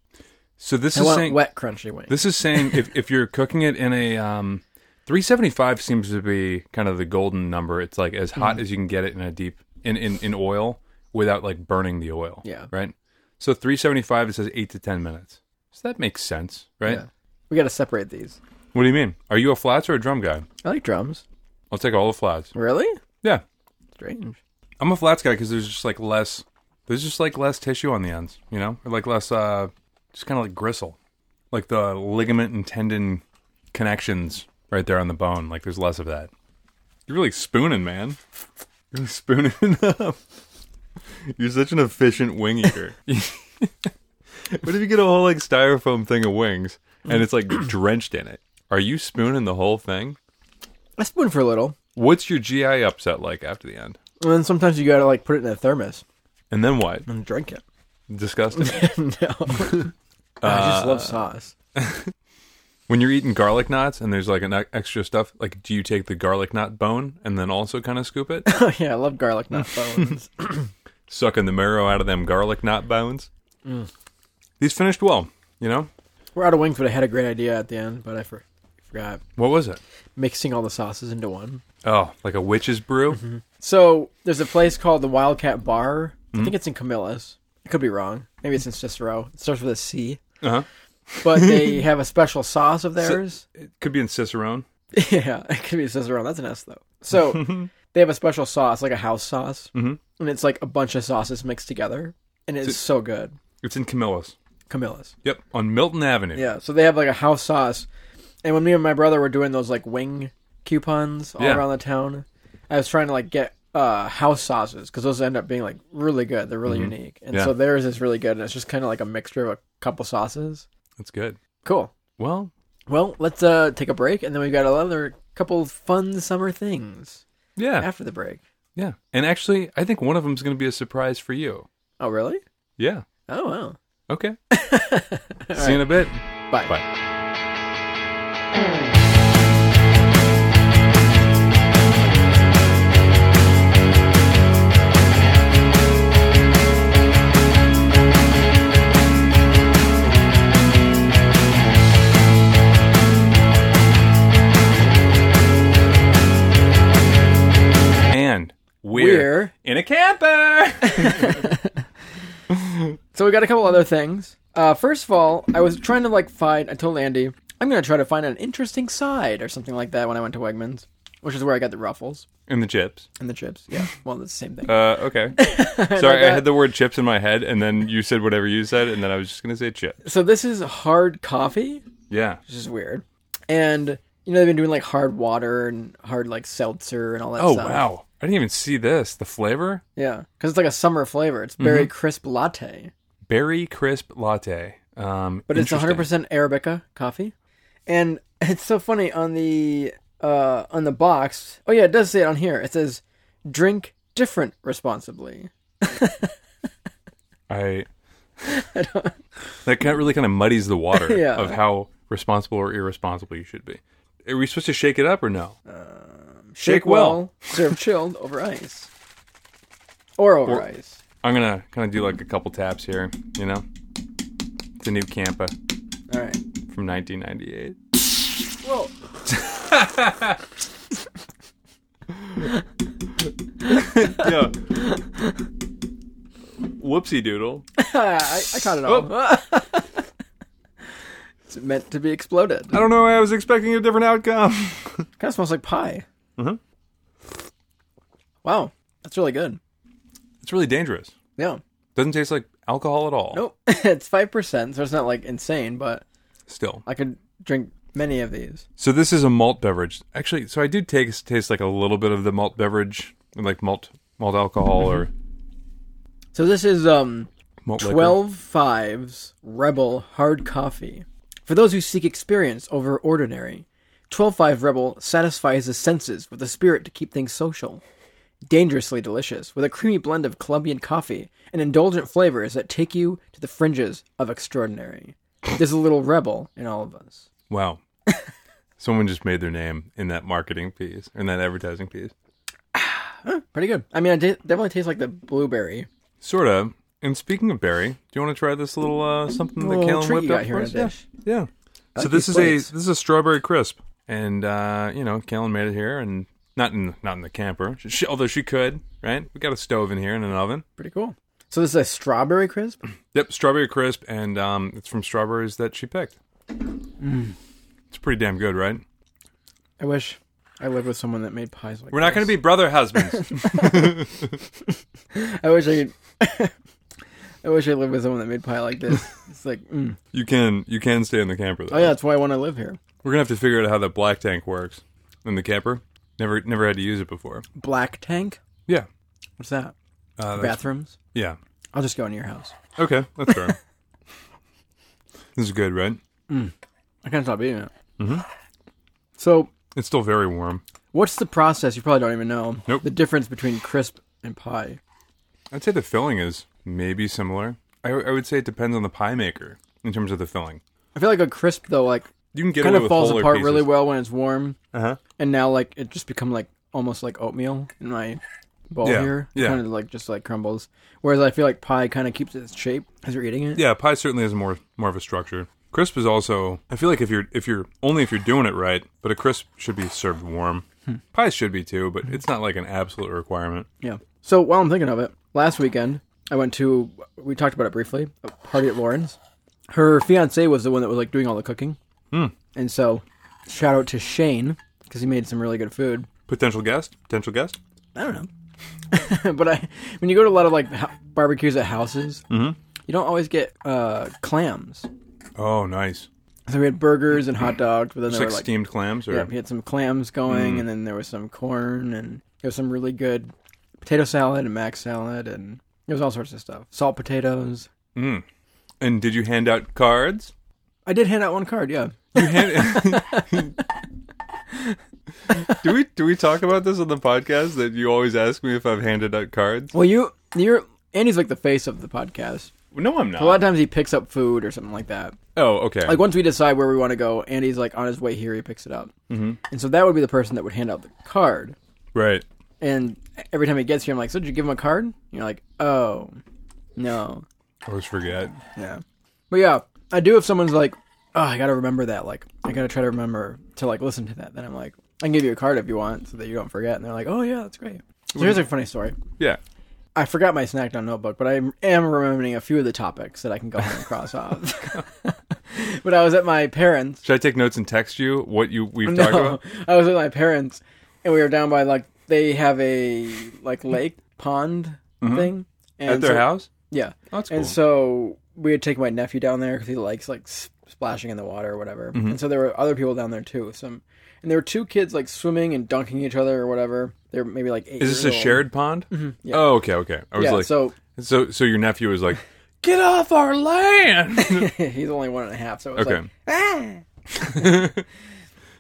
B: so this
A: I
B: is
A: want
B: saying.
A: wet, crunchy wings.
B: This is saying if, if you're cooking it in a um, 375 seems to be kind of the golden number. It's like as hot as you can get it in a deep in, in, in oil without like burning the oil.
A: Yeah.
B: Right. So 375 it says eight to ten minutes. So that makes sense, right?
A: Yeah. we got to separate these.
B: What do you mean? Are you a flats or a drum guy?
A: I like drums.
B: I'll take all the flats.
A: Really?
B: Yeah,
A: Strange.
B: I'm a flats guy because there's just like less. There's just like less tissue on the ends, you know, or like less, uh, just kind of like gristle, like the ligament and tendon connections right there on the bone. Like there's less of that. You're really spooning, man. You're really spooning (laughs) up. You're such an efficient wing eater. what if you get a whole like styrofoam thing of wings and it's like (clears throat) drenched in it? Are you spooning the whole thing?
A: I spoon for a little,
B: What's your GI upset like after the end?
A: and then sometimes you gotta like put it in a thermos
B: And then what?
A: and drink it. (laughs)
B: Disgusting. (laughs)
A: no, I
B: Uh.
A: just love sauce. (laughs)
B: when you're eating garlic knots and there's like an e- extra stuff, like do you take the garlic knot bone and then also kind of scoop it,
A: yeah, I love
B: (laughs)
A: garlic nut bones.
B: sucking the marrow out of them garlic knot bones? These finished well, you know.
A: We're out of wings, but I had a great idea at the end, but I for- forgot
B: What was it?
A: mixing all the sauces into one.
B: Oh, like a witch's brew.
A: So there's a place called the Wildcat Bar. I think it's in Camillus. I could be wrong. Maybe it's in Cicero. It starts with a C.
B: Uh huh.
A: But they (laughs) have a special sauce of theirs. (laughs)
B: It could be in Cicerone.
A: yeah, it could be Cicero. That's an S though. (laughs) So they have a special sauce, like a house sauce, mm-hmm. and it's like a bunch of sauces mixed together, and it's so good.
B: It's in Camillus.
A: Camillus.
B: Yep, on Milton Avenue.
A: Yeah, so they have like a house sauce. And when me and my brother were doing those like wing coupons all
B: Yeah.
A: around the town, I was trying to like get uh, house sauces because those end up being like really good. They're really unique. And
B: Mm-hmm. Yeah.
A: so theirs is really good. And it's just kind of like a mixture of a couple sauces.
B: That's good.
A: Cool.
B: Well,
A: Well, let's uh, take a break. And then we've got another couple fun summer things
B: yeah,
A: after the break.
B: yeah. And actually, I think one of them's going to be a surprise for you.
A: Oh, really?
B: Yeah.
A: Oh, wow. (laughs)
B: Okay. See you in a bit.
A: Bye.
B: Bye. And we're,
A: We're.
B: in a
A: (laughs)
B: camper.
A: So we got a couple other things. Uh, first of all, I was trying to like find. I told Andy I'm gonna try to find an interesting side or something like that when I went to Wegmans, which is where I got the ruffles
B: in the chips.
A: and the chips.
B: (laughs)
A: Yeah, well, that's the same thing.
B: Uh,
A: (laughs)
B: okay. Sorry, I had the word chips in my head, and then you said whatever you said, and then I was just gonna say chips.
A: So this is hard coffee,
B: Yeah.
A: which is weird, and you know they've been doing like hard water and hard like seltzer and all that.
B: Oh
A: stuff.
B: wow, I didn't even see this. The flavor
A: Yeah, because it's like a summer flavor. It's berry
B: Mm-hmm.
A: crisp latte,
B: berry crisp latte. Um,
A: but it's
B: interesting.
A: 100% arabica coffee, and (laughs) it's so funny on the uh, on the box. Oh yeah, it does say it on here. It says drink different responsibly.
B: I.
A: (laughs)
B: (laughs) that kind of really kind of muddies the water
A: Yeah.
B: of how responsible or irresponsible you should be. Are we supposed to shake it up or no? Shake well.
A: (laughs) serve chilled over ice, or over
B: Or-
A: ice.
B: I'm gonna kind of do like a couple taps here. You know, it's a new Campa
A: All right.
B: from 1998.
A: Well,
B: yeah. (laughs) Whoopsie doodle.
A: (laughs) I, I caught it all.
B: oh.
A: (laughs) it's meant to be exploded.
B: I don't know. I was expecting a different outcome. (laughs)
A: Kind of smells like pie.
B: Mhm.
A: Wow, that's really good.
B: It's really dangerous.
A: Yeah.
B: Doesn't taste like alcohol at all.
A: Nope. (laughs) it's five percent, so it's not like insane, but
B: Still.
A: I could drink many of these.
B: So this is a malt beverage. Actually, so I did taste taste like a little bit of the malt beverage, like malt malt alcohol or
A: Mm-hmm. So this is um
B: malt liquor.
A: 12 Fives Rebel Hard Coffee. For those who seek experience over ordinary, 12 Five Rebel satisfies the senses with a spirit to keep things social. Dangerously delicious, with a creamy blend of Colombian coffee and indulgent flavors that take you to the fringes of extraordinary. There's a little rebel in all of us.
B: Wow. (laughs) Someone just made their name in that marketing piece, in that advertising piece.
A: Pretty good. I mean, it de- definitely tastes like the blueberry.
B: Sort of. And speaking of berry, do you want to try this little uh, something that
A: Little
B: Kalen
A: treat
B: whipped
A: you
B: up
A: got
B: for
A: here in
B: us?
A: a
B: Yeah.
A: dish.
B: yeah. So
A: like
B: this is a
A: these plates.
B: this is a strawberry crisp, and uh, you know Kalen made it here, and not in not in the camper, She- she, although she could, right? We got a stove in here and an oven.
A: Pretty cool. So this is a strawberry crisp.
B: Yep, strawberry crisp, and um, it's from
A: Mm.
B: strawberries that she picked. It's pretty damn good, right?
A: I wish I lived with someone that made pies like
B: We're not going to be brother
A: (laughs)
B: husbands.
A: be. I wish I could. (laughs) I wish I lived with someone that made pie like (laughs) this. It's like, mm.
B: you can you can stay in the camper though.
A: oh yeah, that's why I want to live here.
B: We're gonna have to figure out how that black tank works in the camper. Never never had to use it before.
A: Black tank.
B: Yeah.
A: What's that?
B: Uh, that's-
A: Bathrooms.
B: yeah.
A: I'll just go into your house.
B: Okay, that's
A: (laughs)
B: fair. this is good, right?
A: I can't stop eating it. Mm-hmm. So,
B: It's still very warm.
A: what's the process? You probably don't even know.
B: Nope.
A: The difference between crisp and pie.
B: I'd say the filling is maybe similar. I, I would say it depends on the pie maker in terms of the filling.
A: I feel like a crisp though, like
B: You can get
A: kind
B: away
A: of
B: with
A: falls
B: wholer
A: apart
B: pieces.
A: really well when it's warm,
B: Uh-huh.
A: and now like it just become like almost like oatmeal in my bowl
B: Yeah,
A: here.
B: yeah.
A: Kind of like just like crumbles. Whereas I feel like pie kind of keeps its shape as you're eating it.
B: Yeah, pie certainly has more more of a structure. Crisp is also. I feel like if you're if you're only if you're doing it right, but a crisp should be served warm. Pie should be too, but it's not like an absolute requirement.
A: Yeah. So while I'm thinking of it, last weekend I went to we talked about it briefly, a party at Lauren's. Her fiance was the one that was like doing all the cooking.
B: Hmm.
A: And so shout out to Shane because he made some really good food.
B: Potential guest, potential guest.
A: I don't know. (laughs) but I when you go to a lot of like ha- barbecues at houses, you don't always get uh, clams.
B: Oh, nice.
A: So we had burgers and hot dogs, but then
B: It's
A: there
B: like,
A: were like
B: steamed clams, or
A: yeah, we had some clams going, and then there was some corn, and there was some really good potato salad and mac salad, and there was all sorts of stuff. Salt potatoes.
B: and did you hand out cards?
A: I did hand out one card, yeah.
B: You hand- do we do we talk about this on the podcast that you always ask me if I've handed out cards?
A: Well, you, you're, Andy's like the face of the podcast.
B: No, I'm
A: A lot
B: not.
A: of times he picks up food or something like that.
B: Oh, okay.
A: Like once we decide where we want to go, Andy's like on his way here, he picks it up, mm-hmm. and so that would be the person that would hand out the card.
B: right.
A: And every time he gets here, I'm like, "So did you give him a card?" And you're like, "Oh, no."
B: I always forget.
A: Yeah. But yeah, I do if someone's like, oh, I gotta remember that. Like, I gotta try to remember to like listen to that. Then I'm like, I can give you a card if you want so that you don't forget. And they're like, oh yeah, that's great. So here's a funny story.
B: Yeah.
A: I forgot my Snackdown notebook, but I am remembering a few of the topics that I can go home and cross (laughs) off. but I was at my parents.
B: Should I take notes and text you what you we've talked
A: (laughs) No,
B: about?
A: I was at my parents, and we were down by like they have a like lake pond thing and
B: Mm-hmm. At their
A: so-
B: house?
A: Yeah,
B: Oh, that's cool.
A: And so we would take my nephew down there because he likes like s- splashing in the water or whatever.
B: Mm-hmm.
A: And so there were other people down there too. Some and there were two kids like swimming and dunking each other or whatever. They're maybe like eight.
B: Is this a
A: years old. Mm-hmm.
B: shared pond?
A: yeah.
B: Oh, okay, okay. I was
A: Yeah.
B: like, so,
A: So (laughs)
B: so, your nephew was like, get off our
A: (laughs)
B: land. (laughs)
A: he's only one and a half. So it was
B: okay, (laughs)
A: like ah.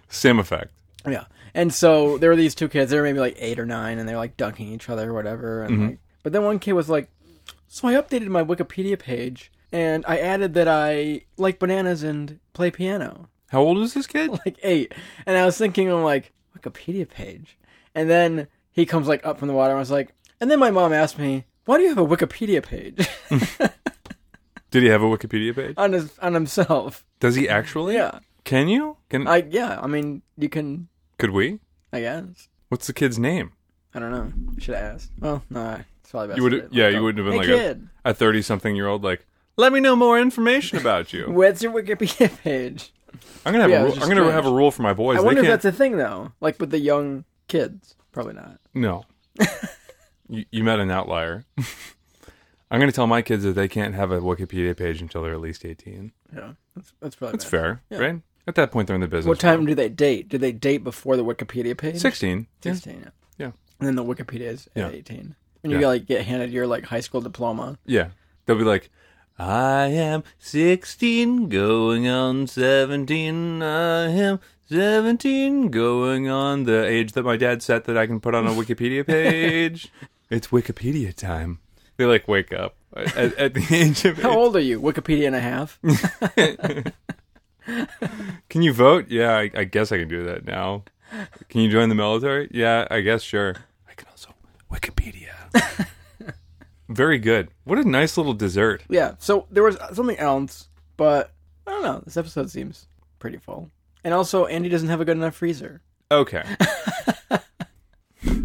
B: same effect.
A: Yeah. And so there were these two kids. They were maybe like eight or nine, and they were like dunking each other or whatever. And like, but then one kid was like, "So I updated my Wikipedia page." And I added that I like bananas and play piano. (laughs)
B: How old is this kid?
A: like eight. And I was thinking, I'm like, Wikipedia page. And then he comes like up from the water. And I was like, and then my mom asked me, why do you have a Wikipedia page (laughs)
B: Did he have a Wikipedia page?
A: on his on himself?
B: Does he actually?
A: Yeah,
B: Can you? Can
A: I yeah. I mean, you can.
B: could we?
A: I guess.
B: What's the kid's name?
A: I don't know. Should I ask? Well, no. It's probably best.
B: You would,
A: if I
B: yeah,
A: looked
B: you
A: up.
B: wouldn't have
A: Hey,
B: been like
A: kid,
B: a thirty-something-year-old. Like, let me know more information about
A: (laughs)
B: you.
A: what's your Wikipedia page?
B: I'm gonna have
A: Yeah, it
B: a rule,
A: was
B: I'm
A: just
B: gonna
A: strange.
B: have a rule for my boys.
A: I
B: They
A: wonder if
B: can't-
A: that's a thing though. Like with the young kids, probably not. (laughs)
B: No. you, you met an outlier. I'm going to tell my kids that they can't have a Wikipedia page until they're at least 18.
A: Yeah, that's that's probably
B: It's
A: bad.
B: fair, right? At that point, they're in the business.
A: What time do they date? Do they date before the Wikipedia page?
B: 16. Yeah.
A: 16. Yeah.
B: Yeah.
A: And then the Wikipedia is
B: Yeah.
A: at 18. And you
B: Yeah.
A: like get handed your like high school diploma.
B: Yeah. They'll be like, I am 16 going on 17. I am 17 going on the age that my dad set that I can put on a
A: (laughs)
B: Wikipedia page. it's Wikipedia time. They like wake up at, at the age of
A: How old are you? Wikipedia and
B: (laughs)
A: a half?
B: Can you vote? Yeah, I, I guess I can do that now. Can you join the military? Yeah, I guess sure. I can also
A: (laughs)
B: Wikipedia. Very good. What a nice little dessert.
A: yeah. So there was something else, but I don't know. This episode seems pretty full. And also Andy doesn't have a good enough freezer.
B: Okay.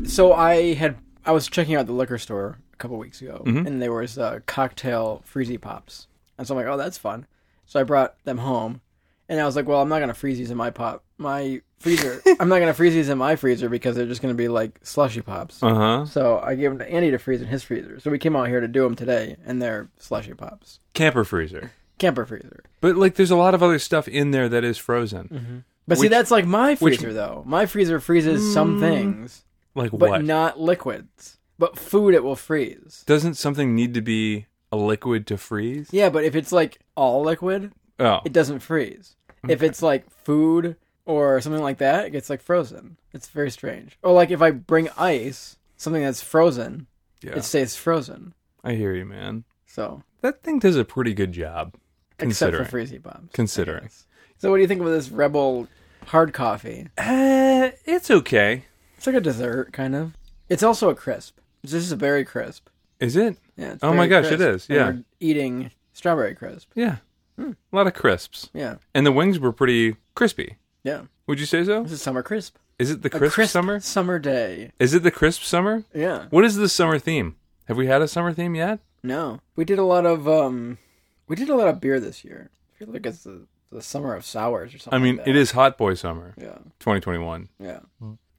A: So I had I was checking out the liquor store a couple weeks ago
B: Mm-hmm.
A: and there was uh, cocktail freezy pops. And so I'm like, "Oh, that's fun." So I brought them home And I was like, well, I'm not gonna freeze these in my pop, my
B: (laughs)
A: freezer. I'm not gonna freeze these in my freezer because they're just gonna be like slushy pops.
B: Uh huh.
A: So I gave them to Andy to freeze in his freezer. So we came out here to do them today, and they're slushy pops,
B: Camper freezer.
A: camper freezer.
B: But like, there's a lot of other stuff in there that is frozen.
A: Mm-hmm. But see,
B: Which-
A: that's like my
B: which-
A: freezer though. My freezer freezes some things,
B: Like
A: but
B: what?
A: not liquids. But food, it will freeze.
B: Doesn't something need to be a liquid to freeze?
A: Yeah, but if it's like all liquid,
B: Oh,
A: it doesn't freeze. If it's like food or something like that, it gets like frozen. It's very strange. Or like if I bring ice, something that's frozen,
B: yeah.
A: it stays frozen.
B: I hear you, man.
A: So
B: That thing does a pretty good job. Considering.
A: except for freezy bombs. I
B: Considering.
A: guess. So what do you think of this rebel hard coffee?
B: Uh, it's okay.
A: It's like a dessert kind of. It's also a crisp. This is a berry crisp.
B: Is it?
A: Yeah. it's
B: Oh my
A: berry
B: gosh, it is,
A: crisp. And
B: yeah.
A: we're eating strawberry crisp.
B: Yeah.
A: Hmm.
B: A lot of crisps.
A: Yeah.
B: And the wings were pretty crispy.
A: Yeah.
B: Would you say so?
A: This is summer crisp.
B: Is it the
A: A
B: crisp,
A: crisp
B: summer?
A: Summer day.
B: Is it the crisp summer?
A: Yeah.
B: What is the summer theme? Have we had a summer theme yet?
A: No, we did a lot of um, we did a lot of beer this year. I feel like it's the, the summer of sours or
B: I
A: something.
B: mean,
A: like
B: it is hot boy summer,
A: that. Yeah,
B: 2021.
A: yeah.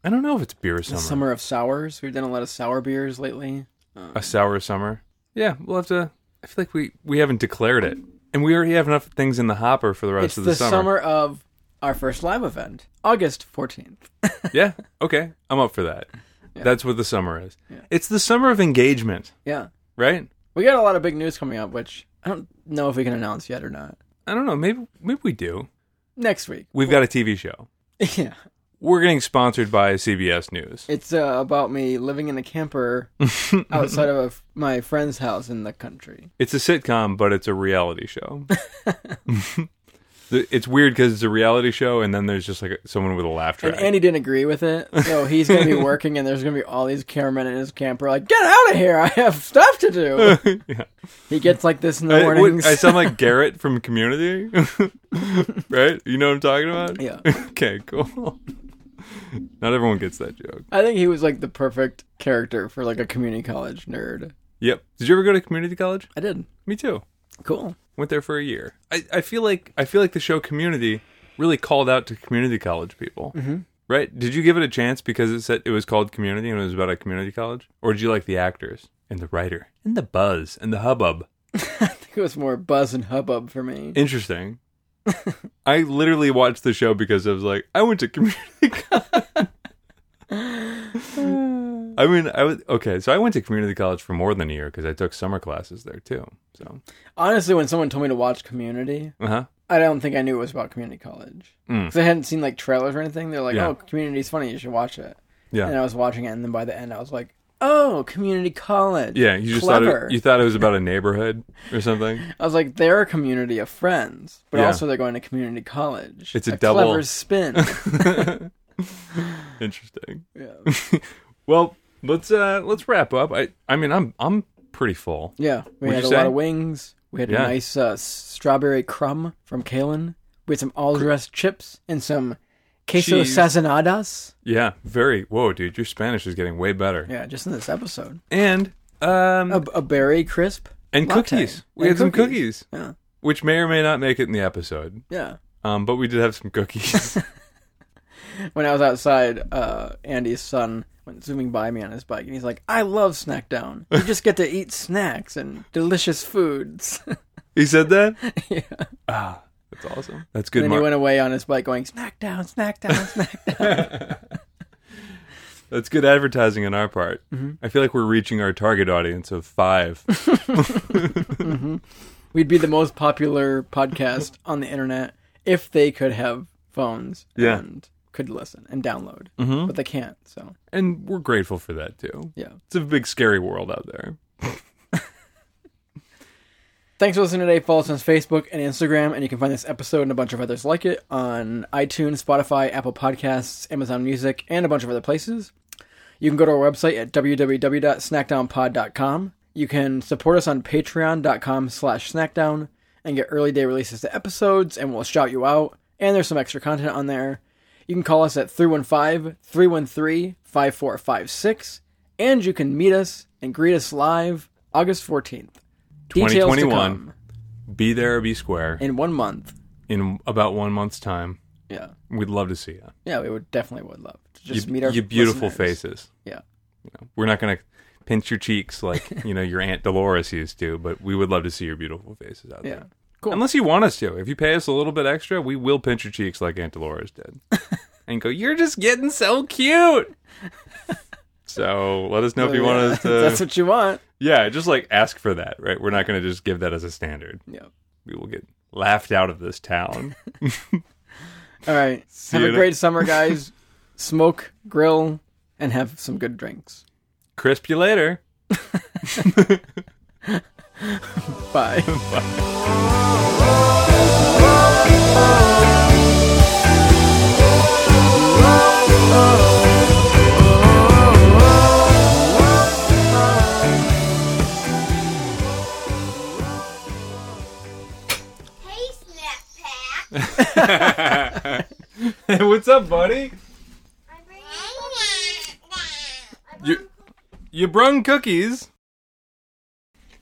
B: I don't know if it's beer
A: The
B: summer.
A: summer of sours. We've done a lot of sour beers lately. Um,
B: A sour summer. Yeah, we'll have to. I feel like we we haven't declared it, and we already have enough things in the hopper for Oh, the rest
A: it's
B: of
A: the
B: summer.
A: summer of our first live event, August fourteenth.
B: (laughs)
A: (laughs)
B: yeah. Okay, I'm up for that.
A: Yeah.
B: That's what the summer is.
A: Yeah.
B: It's the summer of engagement,
A: yeah,
B: right?
A: we got a lot of big news coming up, which I don't know if we can announce yet or not.
B: I don't know. Maybe maybe we do.
A: Next week. (laughs)
B: We've got a TV show.
A: yeah,
B: We're getting sponsored by CBS News.
A: it's uh, about me living in
B: (laughs)
A: a camper outside of a f my friend's house in the country.
B: It's a sitcom, but it's a reality show. The- it's weird because it's a reality show, and then there's just like someone with a laugh track.
A: And Andy didn't agree with it. So he's going
B: (laughs)
A: to be working, and there's going to be all these cameramen in his camper, like, get out of here. I have stuff
B: (laughs)
A: to do.
B: Yeah.
A: He gets like this in the
B: I, what-
A: mornings. (laughs)
B: I sound like Garrett from Community, (laughs) right? You know what I'm talking about?
A: yeah.
B: (laughs) Okay, cool. Not everyone gets that joke.
A: I think he was like the perfect character for like a community college nerd.
B: Yep. Did you ever go to community college?
A: I did.
B: Me too.
A: Cool.
B: Went there for a year. I, I feel like I feel like the show Community really called out to community college people. Right? Did you give it a chance because it said it was called Community and it was about a community college, or did you like the actors and the writer and the buzz and the hubbub?
A: (laughs) I think it was more buzz and hubbub for me. (laughs)
B: Interesting. I literally watched the show because I was like, I went to (laughs) community college. I mean, I was okay. So I went to community college for more than a year because I took summer classes there too. So,
A: Honestly, when someone told me to watch Community,
B: uh huh.
A: I don't think I knew it was about community college.
B: Mm.
A: Because I hadn't seen like trailers or anything. They're like,
B: Yeah.
A: oh, Community's funny. You should watch it.
B: Yeah.
A: And I was watching it, and then by the end, I was like, oh, community college.
B: Yeah, you just thought
A: Clever.
B: it, you thought it was about a neighborhood or something.
A: I was like, they're a community of friends, but
B: Yeah.
A: also they're going to community college.
B: It's a double- (laughs)
A: clever spin.
B: Interesting.
A: yeah.
B: Well, let's uh let's wrap up. I I mean, I'm I'm pretty full.
A: yeah, we
B: Would
A: had
B: you
A: a lot
B: say?
A: of wings. We had
B: Yeah.
A: a nice uh, strawberry crumb from Kalen. We had some all dressed chips and some queso
B: Cheese.
A: sazonadas.
B: Yeah, very. Whoa, dude, your Spanish is getting way better.
A: Yeah, just in this episode,
B: And um
A: a, a berry crisp
B: and
A: latte.
B: cookies. We
A: And
B: had some cookies,
A: Yeah,
B: which may or may not make it in the episode.
A: yeah.
B: Um, but we did have some cookies. (laughs)
A: When I was outside, uh, Andy's son went zooming by me on his bike, and he's like, "I love Snackdown. You just get to eat snacks and delicious foods."
B: he said that.
A: yeah.
B: Ah, that's awesome. That's good.
A: And
B: Mar-
A: then he went away on his bike going, snack down, snack
B: (laughs)
A: down, snack down.
B: that's good advertising on our part. I feel like we're reaching our target audience of five.
A: We'd be the most popular podcast on the internet if they could have phones
B: Yeah. Mm-hmm.
A: and could listen and download. But they can't, so
B: and we're grateful for that too.
A: yeah.
B: It's a big scary world out there.
A: Thanks for listening today. Follow us on Facebook and Instagram, and you can find this episode and a bunch of others like it on iTunes, Spotify, Apple Podcasts, Amazon Music, and a bunch of other places. You can go to our website at www.snackdownpod.com. You can support us on patreon.com slash snackdown and get early day releases to episodes, and we'll shout you out. And there's some extra content on there. You can call us at 315-313-5456, and you can meet us and greet us live August 14th. Details to
B: 2021.
A: come
B: Be there or be square.
A: in one month.
B: in about one month's time.
A: Yeah.
B: We'd love to see you.
A: Yeah, we would definitely would love to just
B: you,
A: meet our
B: you beautiful
A: listeners.
B: faces.
A: Yeah.
B: You know, we're not going to pinch your cheeks
A: (laughs)
B: like you know your Aunt Dolores used to, but we would love to see your beautiful faces out
A: Yeah.
B: there.
A: Cool.
B: Unless you want us to, if you pay us a little bit extra, we will pinch your cheeks like Aunt Dolores
A: (laughs)
B: did, and go, "You're just getting so cute." so let us know if you want
A: (laughs)
B: us to.
A: Oh, That's what you want.
B: yeah, just like ask for that, right? We're not going to just give that as a standard.
A: Yeah.
B: We will get laughed out of this town.
A: All right. have
B: you
A: a
B: in-
A: great
B: (laughs)
A: summer, guys. Smoke, grill, and have some good drinks.
B: Crisp you (laughs) later.
A: Bye.
C: Hey, Snap Pack.
B: What's up, buddy? You you brung cookies.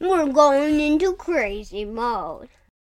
C: We're going into crazy mode.